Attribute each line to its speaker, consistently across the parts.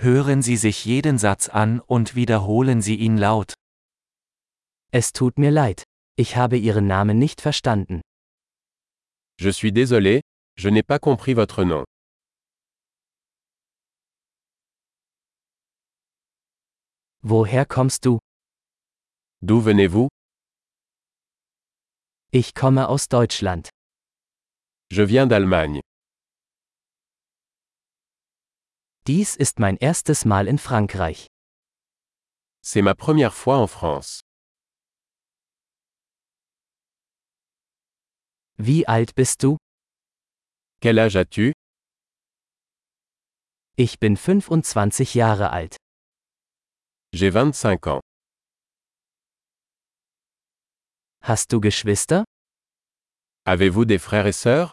Speaker 1: Hören Sie sich jeden Satz an und wiederholen Sie ihn laut.
Speaker 2: Es tut mir leid. Ich habe Ihren Namen nicht verstanden.
Speaker 3: Je suis désolé, je n'ai pas compris votre nom.
Speaker 2: Woher kommst du?
Speaker 3: D'où venez-vous
Speaker 2: Ich komme aus Deutschland.
Speaker 3: Je viens d'Allemagne.
Speaker 2: Dies ist mein erstes Mal in Frankreich.
Speaker 3: C'est ma première fois en France.
Speaker 2: Wie alt bist du?
Speaker 3: Quel âge as-tu
Speaker 2: Ich bin 25 Jahre alt.
Speaker 3: J'ai 25 ans.
Speaker 2: Hast du Geschwister?
Speaker 3: Avez-vous des frères et sœurs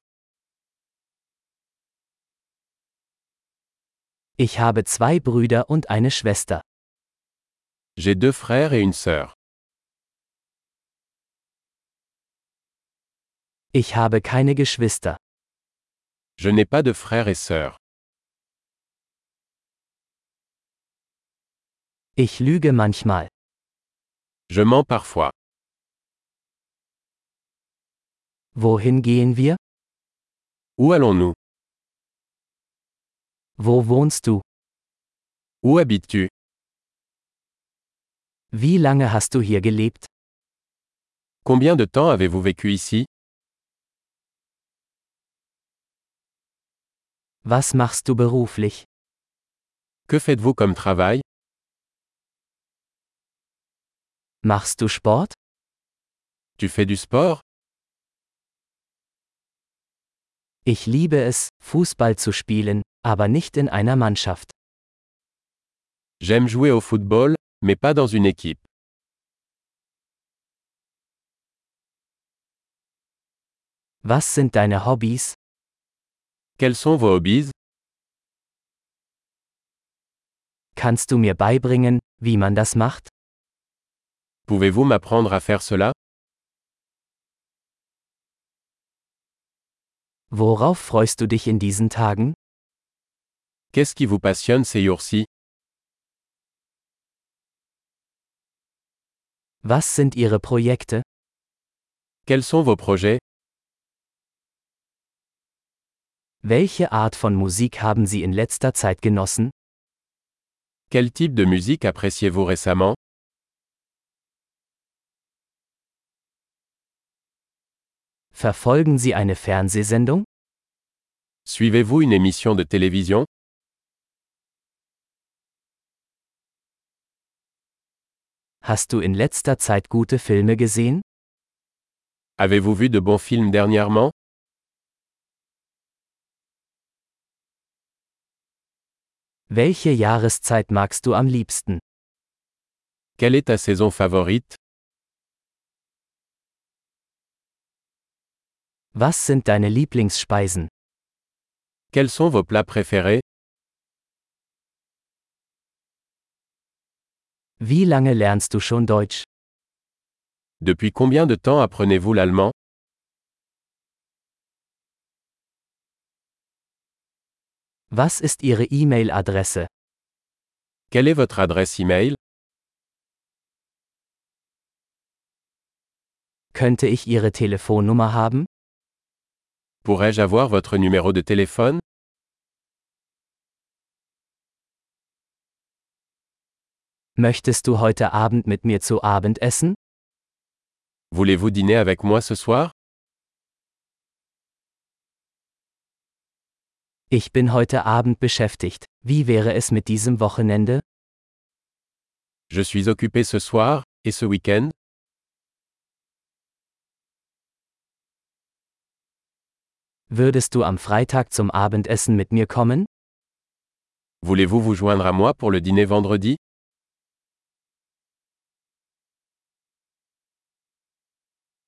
Speaker 2: Ich habe zwei Brüder und eine Schwester.
Speaker 3: J'ai deux frères et une sœur.
Speaker 2: Ich habe keine Geschwister.
Speaker 3: Je n'ai pas de frères et sœurs.
Speaker 2: Ich lüge manchmal.
Speaker 3: Je mens parfois.
Speaker 2: Wohin gehen wir?
Speaker 3: Où allons-nous
Speaker 2: Wo wohnst du?
Speaker 3: Où habites-tu
Speaker 2: Wie lange hast du hier gelebt?
Speaker 3: Combien de temps avez-vous vécu ici
Speaker 2: Was machst du beruflich?
Speaker 3: Que faites-vous comme travail
Speaker 2: Machst du Sport?
Speaker 3: Tu fais du sport
Speaker 2: Ich liebe es, Fußball zu spielen, aber nicht in einer Mannschaft.
Speaker 3: J'aime jouer au football, mais pas dans une équipe.
Speaker 2: Was sind deine Hobbys?
Speaker 3: Quels sont vos hobbies
Speaker 2: Kannst du mir beibringen, wie man das macht?
Speaker 3: Pouvez-vous m'apprendre à faire cela
Speaker 2: Worauf freust du dich in diesen Tagen?
Speaker 3: Qu'est-ce qui vous passionne ces jours-ci
Speaker 2: Was sind ihre Projekte?
Speaker 3: Quels sont vos projets
Speaker 2: Welche Art von Musik haben sie in letzter Zeit genossen?
Speaker 3: Quel type de musique appréciez-vous récemment
Speaker 2: Verfolgen sie eine Fernsehsendung?
Speaker 3: Suivez-vous une émission de télévision
Speaker 2: Hast du in letzter Zeit gute Filme gesehen?
Speaker 3: Avez-vous vu de bons films dernièrement
Speaker 2: Welche Jahreszeit magst du am liebsten?
Speaker 3: Quelle est ta saison favorite
Speaker 2: Was sind deine Lieblingsspeisen?
Speaker 3: Quels sont vos plats préférés
Speaker 2: Wie lange lernst du schon Deutsch?
Speaker 3: Depuis combien de temps apprenez-vous l'allemand
Speaker 2: Was ist ihre E-Mail-Adresse?
Speaker 3: Quelle est votre adresse e-mail
Speaker 2: Könnte ich ihre Telefonnummer haben?
Speaker 3: Pourrais-je avoir votre numéro de téléphone
Speaker 2: Möchtest du heute Abend mit mir zu Abend essen?
Speaker 3: Voulez-vous dîner avec moi ce soir
Speaker 2: Ich bin heute Abend beschäftigt. Wie wäre es mit diesem Wochenende?
Speaker 3: Je suis occupé ce soir, et ce week-end
Speaker 2: Würdest du am Freitag zum Abendessen mit mir kommen?
Speaker 3: Voulez-vous vous joindre à moi pour le dîner vendredi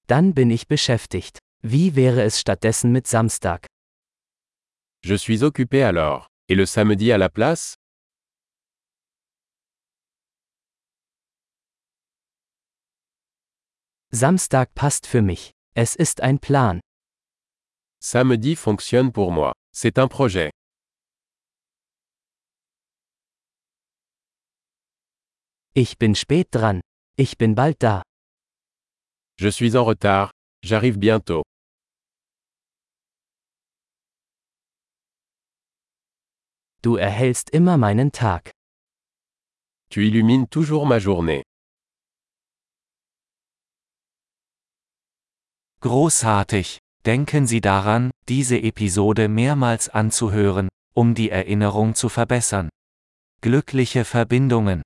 Speaker 2: Dann bin ich beschäftigt. Wie wäre es stattdessen mit Samstag?
Speaker 3: Je suis occupé alors. Et le samedi à la place
Speaker 2: Samstag passt für mich. Es ist ein Plan.
Speaker 3: Samedi fonctionne pour moi. C'est un projet.
Speaker 4: Ich bin spät dran. Ich bin bald da.
Speaker 3: Je suis en retard, j'arrive bientôt.
Speaker 4: Du erhellst immer meinen Tag.
Speaker 3: Tu illumines toujours ma journée.
Speaker 2: Großartig! Denken Sie daran, diese Episode mehrmals anzuhören, um die Erinnerung zu verbessern. Glückliche Verbindungen!